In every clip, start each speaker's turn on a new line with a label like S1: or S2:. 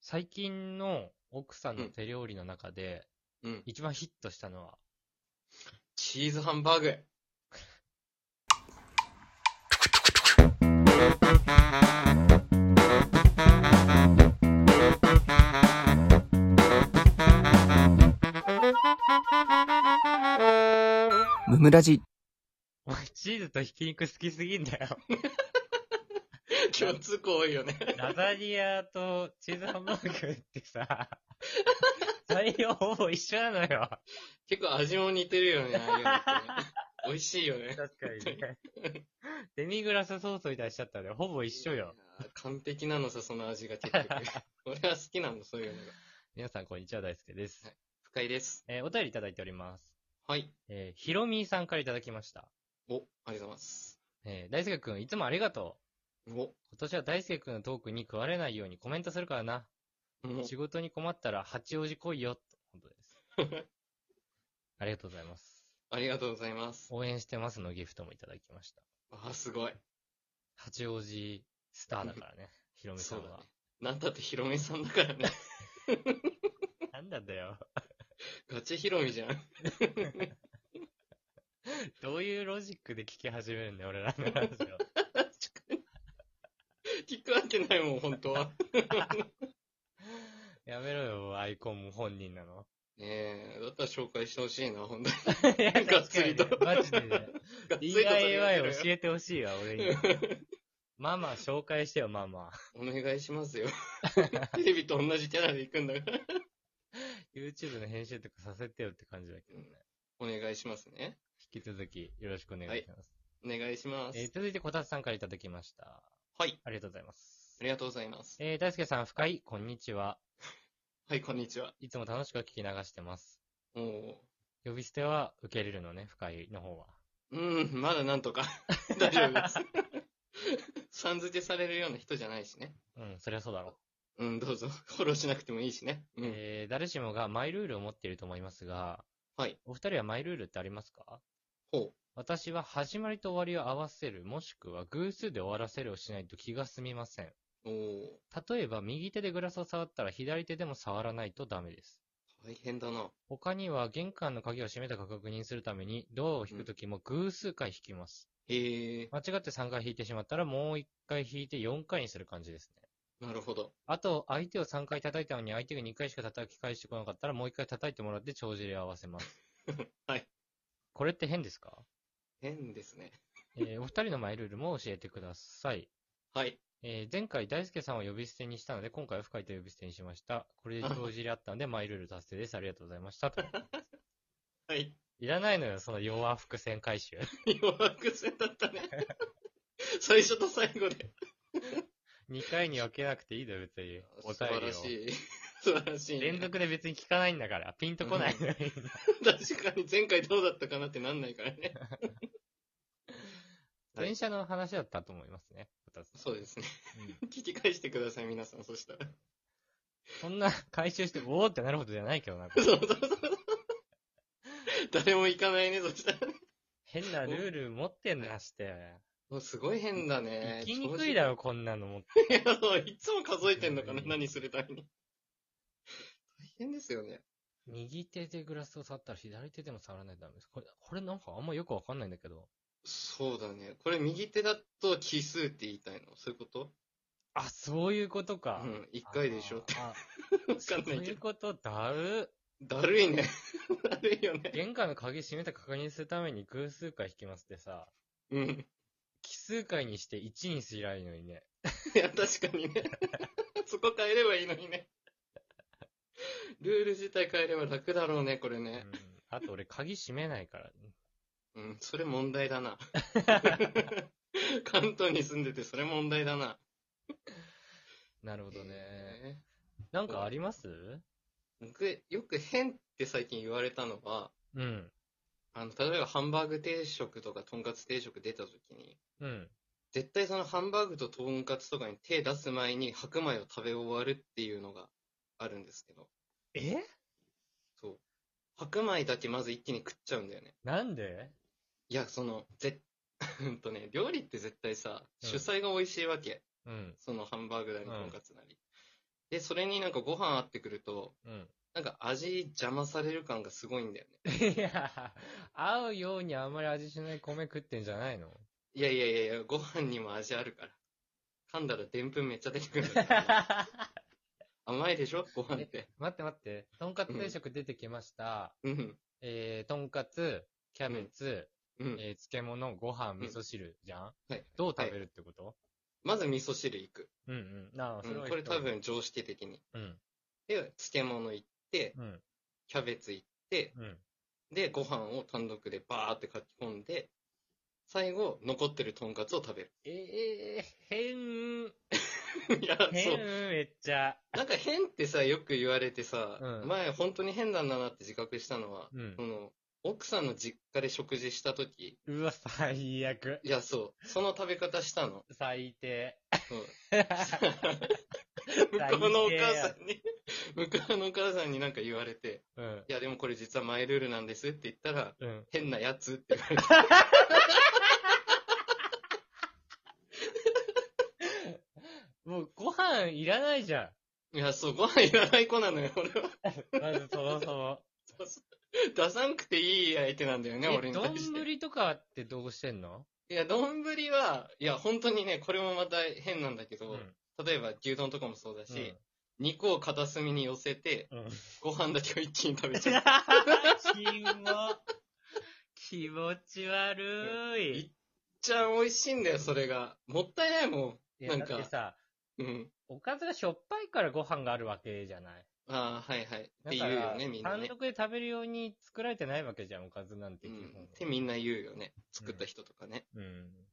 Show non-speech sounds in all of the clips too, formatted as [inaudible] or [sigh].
S1: 最近の奥さんの手料理の中で、
S2: うん。
S1: 一番ヒットしたのは、
S2: チーズハンバーグ。
S3: ムムラジ。
S1: お前チーズとひき肉好きすぎんだ [laughs] よ。
S2: 共通項多いよね。
S1: ラザニアとチーズハンバーグって [laughs] さ、材料ほぼ一緒なのよ。
S2: 結構味も似てるよね、ああいうの
S1: [laughs]
S2: ってね美味しいよね。
S1: 確かにね。 [laughs] デミグラスソースみたいにしちゃったね。ほぼ一緒よ。
S2: いやー。完璧なのさ、その味
S1: [laughs]
S2: が結局。俺は好きなの、そういうのが。
S1: 皆さん、こんにちは。大輔です。
S2: はい不快です。
S1: えーお便りいただいております。
S2: はい。
S1: えー、ひろみーさんからいただきました。
S2: お、ありがとうございます。
S1: えー、大輔くん、いつもありがとう。
S2: お、
S1: 今年は大輔くんのトークに食われないようにコメントするからな。
S2: もう
S1: 仕事に困ったら八王子来いよ、と。本当です。 [laughs] ありがとうございます。
S2: ありがとうございます。
S1: 応援してますのギフトもいただきました。
S2: あー、すごい。
S1: 八王子スターだから [laughs] ね、ひろみさん
S2: そうだ
S1: は
S2: ね。なんたってヒロミさんだからね。 [laughs]
S1: なんだんだよ。
S2: ガチヒロミじゃん。
S1: どういうロジックで聞き始めるんだよ、俺らの話を。
S2: 聞くわけないもん、本
S1: [laughs]
S2: 当は。
S1: [laughs] やめろよ、アイコンも本人なの。
S2: ねえ、だったら紹介してほしいな、本当に。
S1: いや
S2: がっつりと
S1: 確かにねマ [laughs] ジでね。
S2: がっつりと
S1: DIY
S2: そ
S1: 教
S2: れ
S1: えてほしいわ、俺 [laughs]
S2: や
S1: に
S2: って。る
S1: ママ紹介してよ、ママ。
S2: お願いしますよ。 [laughs] テレビと同じキャラで行くんだから。
S1: YouTube の編集とかさせてよって感じだけどね。
S2: お願いしますね。
S1: 引き続きよろしくお願いします。
S2: お願いします。
S1: えー続いてこたつさんからいただきました。
S2: はい。
S1: ありがとうございます
S2: あ。りがとうございます。
S1: えー、大輔さん、深い、こんにちは。
S2: はい、こんにちは。
S1: いつも楽しく聞き流してます。
S2: おー
S1: 呼び捨ては受け入れるのね、深いの方は。
S2: うん、まだなんとか。 [laughs] 大丈夫です。 [laughs] さん付けされるような人じゃないしね。
S1: うん、そりゃそうだろ
S2: うん、どうぞ。フォローしなくてもいいしね。う
S1: う。
S2: ん。
S1: えー、誰しもがマイルールを持っていると思いますが、
S2: はい。
S1: お二人はマイルールってありますか
S2: ほ
S1: 私は始まりと終わりを合わせる、もしくは偶数で終わらせるをしないと気が済みません。
S2: う。おー
S1: 例えば、右手でグラスを触ったら左手でも触らないとダメです。
S2: 大変だな。
S1: 他には玄関の鍵を閉めたか確認するためにドアを引くときも偶数回引きます。
S2: へえ、
S1: 間違って3回引いてしまったらもう1回引いて4回にする感じですね。
S2: なるほど。
S1: あと、相手を3回叩いたのに相手が2回しか叩き返してこなかったらもう1回叩いてもらって帳尻を合わせます。
S2: [laughs] はい。
S1: これって変ですか、
S2: 変ですね。
S1: えーお二人のマイルールも教えてください。
S2: はい。
S1: えー前回大輔さんを呼び捨てにしたので、今回は深いと呼び捨てにしました。これで帳尻あったので、マイルール達成です。ありがとうございました。
S2: [laughs]
S1: と
S2: はい。 [laughs]
S1: いらないのよ、その弱伏線回収。
S2: 弱くせだったね。 [laughs] 最初と最後で。
S1: 2回に分けなくていいだよ、別に。お
S2: 素晴
S1: 便
S2: ら
S1: り
S2: しい。 [laughs] 素晴らしい
S1: を。
S2: ね、
S1: 連続で別に聞かないんだから、ピンとこないのに。
S2: 確かに前回どうだったかなってなんないからね。はい
S1: 電車の話だったと思いますね。。
S2: そうですすね。
S1: うん
S2: 聞き返してください、皆さん。そしたら。
S1: そんな回収して、おーってなるほどじゃないけどな。
S2: そうそうそう。誰も行かないね、そしたらね。
S1: 変なルール持ってんだして。
S2: もうすごい変だね
S1: 行。きにくいだろ、こんなの持って。
S2: 調子。いや、そう、いつも数えてんのかな、何するために。大変ですよね。
S1: 右手でグラスを触ったら左手でも触らないとダメです。これ、これなんかあんまよくわかんないんだけど。
S2: そうだね。これ右手だと奇数って言いたいのそういうこと
S1: あ、そういうこと
S2: う
S1: か。
S2: ん、一回でしょって。
S1: あ。
S2: わ
S1: そ
S2: か
S1: うん
S2: ない
S1: い
S2: け
S1: う
S2: ど。
S1: ことだる。
S2: だるいね。 [laughs] だるいよね。
S1: 玄関の鍵閉めた確認するために偶数回引きますってさ、
S2: うん。
S1: 奇数回にして1にすりゃいいのにね。
S2: いや、確かにね。 [laughs] そこ変えればいいのにね。ルール自体変えれば楽だろうね、これ
S1: う
S2: ね。
S1: んあと俺鍵閉めないからね。
S2: うん、それ問題 [laughs] だな。関東に住んでてそれ問題だな。
S1: なるほどね。
S2: へ
S1: なんかあります
S2: え僕、よく変って最近言われたのは、
S1: うん。
S2: あの、例えばハンバーグ定食とかとんかつ定食出た時に、
S1: うん。
S2: 絶対そのハンバーグととんかつとかに手出す前に白米を食べ終わるっていうのがあるんですけど、
S1: え
S2: そう。白米だけまず一気に食っちゃうんだよね。
S1: なんで
S2: いや、その、ぜ、 [laughs] うんとね、料理って絶対さ、
S1: うん
S2: 主菜が美味しいわけ。
S1: うん。
S2: そのハンバーグなり、とんかつなり。で、それになんかご飯合ってくると、
S1: うん。
S2: なんか味邪魔される感がすごいんだよね。
S1: いや、合うようにあんまり味しない米食ってんじゃない
S2: [laughs]
S1: の
S2: いやいやいやいや、ご飯にも味あるから。噛んだらでんぷんめっちゃ出てくるんだけど
S1: [laughs]
S2: 甘いでしょご飯って。
S1: 待って待って。とんかつ定食出てきました。
S2: うん。
S1: えー、とんかつ、キャベツ、
S2: うん。
S1: えー漬物、ご飯、味噌汁じゃん、
S2: はい
S1: どう食べるってこと、
S2: まず味噌汁いく。
S1: うんうん。なあ、
S2: う
S1: それは
S2: ん、
S1: 一
S2: これ
S1: 通り
S2: 多。分常識的に。
S1: うん。
S2: で、漬物行って、
S1: うん。
S2: キャベツ行って、
S1: うん。
S2: で、ご飯を単独でバーって書き込んで、最後、残ってるとんかつを食べる。
S1: ええ変、
S2: [laughs] いや、そ
S1: 変、
S2: う。
S1: めっちゃ。
S2: なんか変ってさ、よく言われてさ、
S1: うん
S2: 前本当に変なんだなって自覚したのは、
S1: うん
S2: そ。の、奥さんの実家で食事した時、
S1: うわ、最悪。
S2: い
S1: [laughs]
S2: や、そう。その食べ方したの。
S1: 最低。
S2: うん向こうのお母さんに、 [laughs] 向こうのお母さんになんか言われて、
S1: うん。
S2: いや、でもこれ実はマイルールなんですって言ったら、
S1: うん。
S2: 変なやつって言われて、
S1: もう、ご飯いらないじゃ
S2: いや、そう、ご飯いらない子なのよ、俺は。
S1: ん。まず、そもそも。
S2: 出さんくていい相手なんだよ [laughs] ね、俺
S1: え、
S2: に対して。
S1: 丼とかってどうしてんの
S2: いや、丼は、いや、本当にね、これもまた変なんだけど、
S1: うん。
S2: 例えば牛丼とかもそうだ
S1: う
S2: し
S1: ん、
S2: 肉を片隅に寄せて、
S1: うん。
S2: ご飯だけを一気に食べ
S1: キ
S2: ちゃう。
S1: モ。気持ち悪
S2: うん
S1: い。
S2: めっちゃ美味しいんだよ、それが。もったいないも
S1: いや、だ
S2: なん
S1: っ
S2: か
S1: てさ、
S2: ん。うん。
S1: おかずがしょっぱいからご飯があるわけじゃない。
S2: ああ、はいはい。って
S1: だか
S2: 言うよ
S1: ら、
S2: ね、みんな
S1: 単
S2: ね。
S1: 独で食べるように作られてないわけじゃん、おかずなんて
S2: う
S1: 基
S2: ん。
S1: 本。
S2: ってみんな言うよね。作った人とかね。
S1: うん。
S2: うん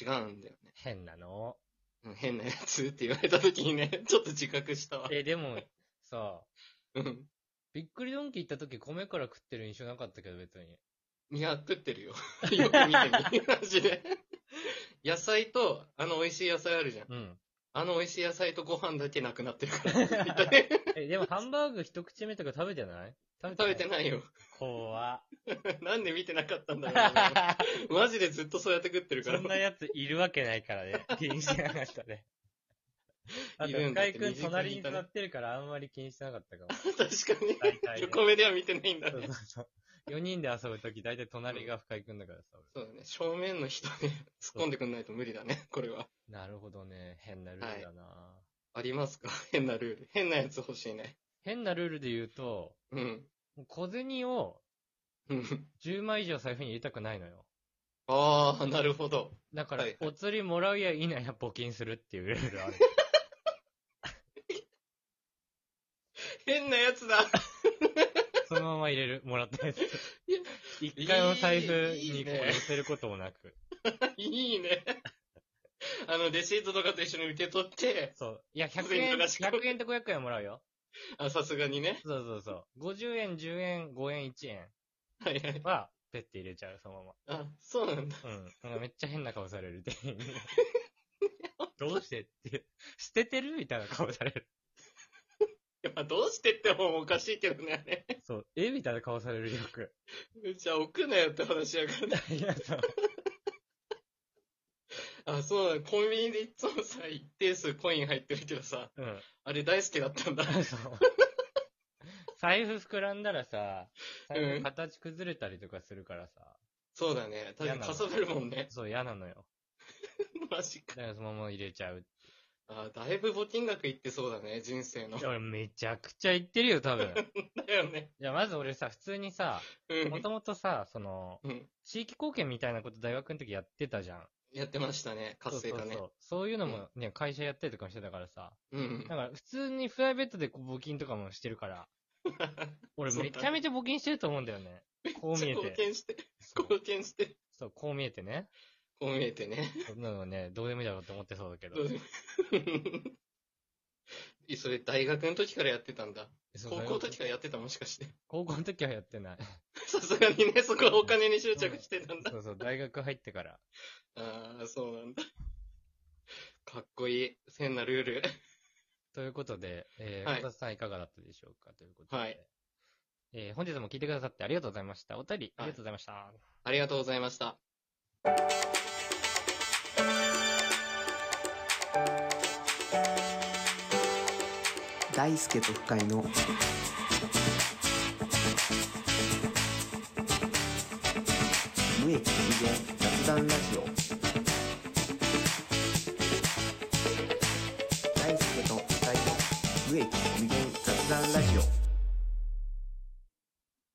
S2: 違うんだよね。
S1: 変なの。
S2: うん、変なやつって言われた時にね、 [laughs] ちょっと自覚したわ。
S1: え、でも、さ、
S2: うん。
S1: びっくりドンキー行った時米から食ってる印象なかったけど、別に。
S2: いや、食ってるよ。 [laughs] よく見てみ。マジで。野菜と、あの美味しい野菜あるじゃん。
S1: うん。
S2: あの美味しい野菜とご飯だけなくなってるから [laughs] って
S1: [laughs]
S2: 言ったね。
S1: え、でもハンバーグ一口目とか食べてない食
S2: 食べて
S1: い。
S2: ないよ。
S1: [laughs] 怖
S2: なんで見てなかったん
S1: [laughs]
S2: だろう、ね。マジでずっとそうやって食ってるか
S1: そ
S2: ら。
S1: んなやついるわけないからね。気にしてなかった [laughs] ね。あと、
S2: いるんだ
S1: 深
S2: って
S1: 井くん隣に
S2: 身近にいたね
S1: 座ってるからあんまり気にしてなかったかも。
S2: [laughs] 確かに。
S1: 大体ね
S2: 横目では見てないんだ
S1: そう
S2: ね
S1: そう。そう。4人で遊ぶとき、大体隣が深井くんだからさ。
S2: そうだね。正面の人で突っ込んでくんないと無理だね、これは。
S1: なるほどね。変なルールだな、
S2: ありますか [laughs] 変なルール。変なやつ欲しいね。
S1: 変なルールで言うと、
S2: うん。
S1: 小銭を
S2: うん。
S1: 10枚以上財布に入れたくないのよ。
S2: ああ、なるほど。
S1: だから
S2: はい、
S1: お釣りもらうや否や募金するっていうルー
S2: [laughs]
S1: ルある。
S2: 変なやつだ。 [laughs]
S1: そのまま入れる、もらったやつ
S2: いや。
S1: 一回も財布
S2: いい
S1: にこう
S2: ね
S1: 寄せることもなく。
S2: いいね。 [laughs] あの、レシートとかと一緒に受け取って、
S1: そう。
S2: [laughs]
S1: いや、
S2: 小
S1: 100
S2: 銭
S1: 円、
S2: 流し込む
S1: 100円と500円もらうよ。
S2: あ、さすがにね。
S1: そうそうそう。50円、10円、5円、1円
S2: はいはい。
S1: は、ペッて入れちゃう、そのまま。
S2: あ、そうなんだ。
S1: うん。なんかめっちゃ変な顔される。
S2: [laughs]
S1: 店員にどうしてって、捨ててるみたいな顔される。
S2: やっぱどうしてって方もおかしいけどね、あれ。
S1: そう。えみたいな顔されるよく。 [laughs]
S2: じゃあ置くなよって話やからね。 [laughs]
S1: いや、そう。
S2: あ、そうなんだ。コンビニでいつもさ、一定数コイン入ってるけどさ、
S1: うん。
S2: あれ大好きだったん
S1: [laughs]
S2: だ。
S1: そう。財布膨らんだらさ、財
S2: う
S1: 布
S2: ん
S1: 形崩れたりとかするからさ、
S2: そうだね。確かにかさばるもんね。 [laughs]
S1: そう嫌なのよ。
S2: マジか。
S1: だからそのまま入れちゃう。
S2: あーだいぶ募金額いってそうだね、人生の。
S1: い
S2: だ
S1: や俺めちゃくちゃ言ってるよ、
S2: [laughs]
S1: 多分。
S2: よね。
S1: いや、まず俺さ、普通にさ、
S2: う
S1: も
S2: ん。
S1: ともとさ、その、
S2: うん。
S1: 地域貢献みたいなこと大学の時やってたじゃん。
S2: やってましたね、活性化
S1: そう
S2: ね
S1: そう。そう。そういうのもね、会社やったりとかもしてたからさ。
S2: うん
S1: だ。から普通にプライベートでこう募金とかもしてるから、俺めちゃめちゃ募金してると思うんだよ
S2: [laughs]
S1: ね。こう見え
S2: 貢
S1: て。
S2: 献して、
S1: そう
S2: 貢献して、
S1: そう、こう見えてね。
S2: こう見え
S1: [laughs]
S2: てね。
S1: そんなのね、どうでもいいだろうって思ってそうだけど
S2: ど。うでもいそれ大学の時からやってたんだ。
S1: そう
S2: 高校の時からやってたもしかして。
S1: 高校の時はやってない。
S2: さすがにね、そこはお金に執着してたんだ。
S1: そうそう、大学入ってから。
S2: ああ、そうなんだ。 [laughs] かっこいい。変なルー [laughs] ル。
S1: ということで、えー、
S2: はい
S1: 小田さんいかがだったでしょうかということで。
S2: はい
S1: えー本日も聞いてくださってありがとうございました。お便り、ありがとうございました。
S2: ありがとうございました。
S3: 大輔と深井の無益無限雑談ラジオ大輔と深井の無益無限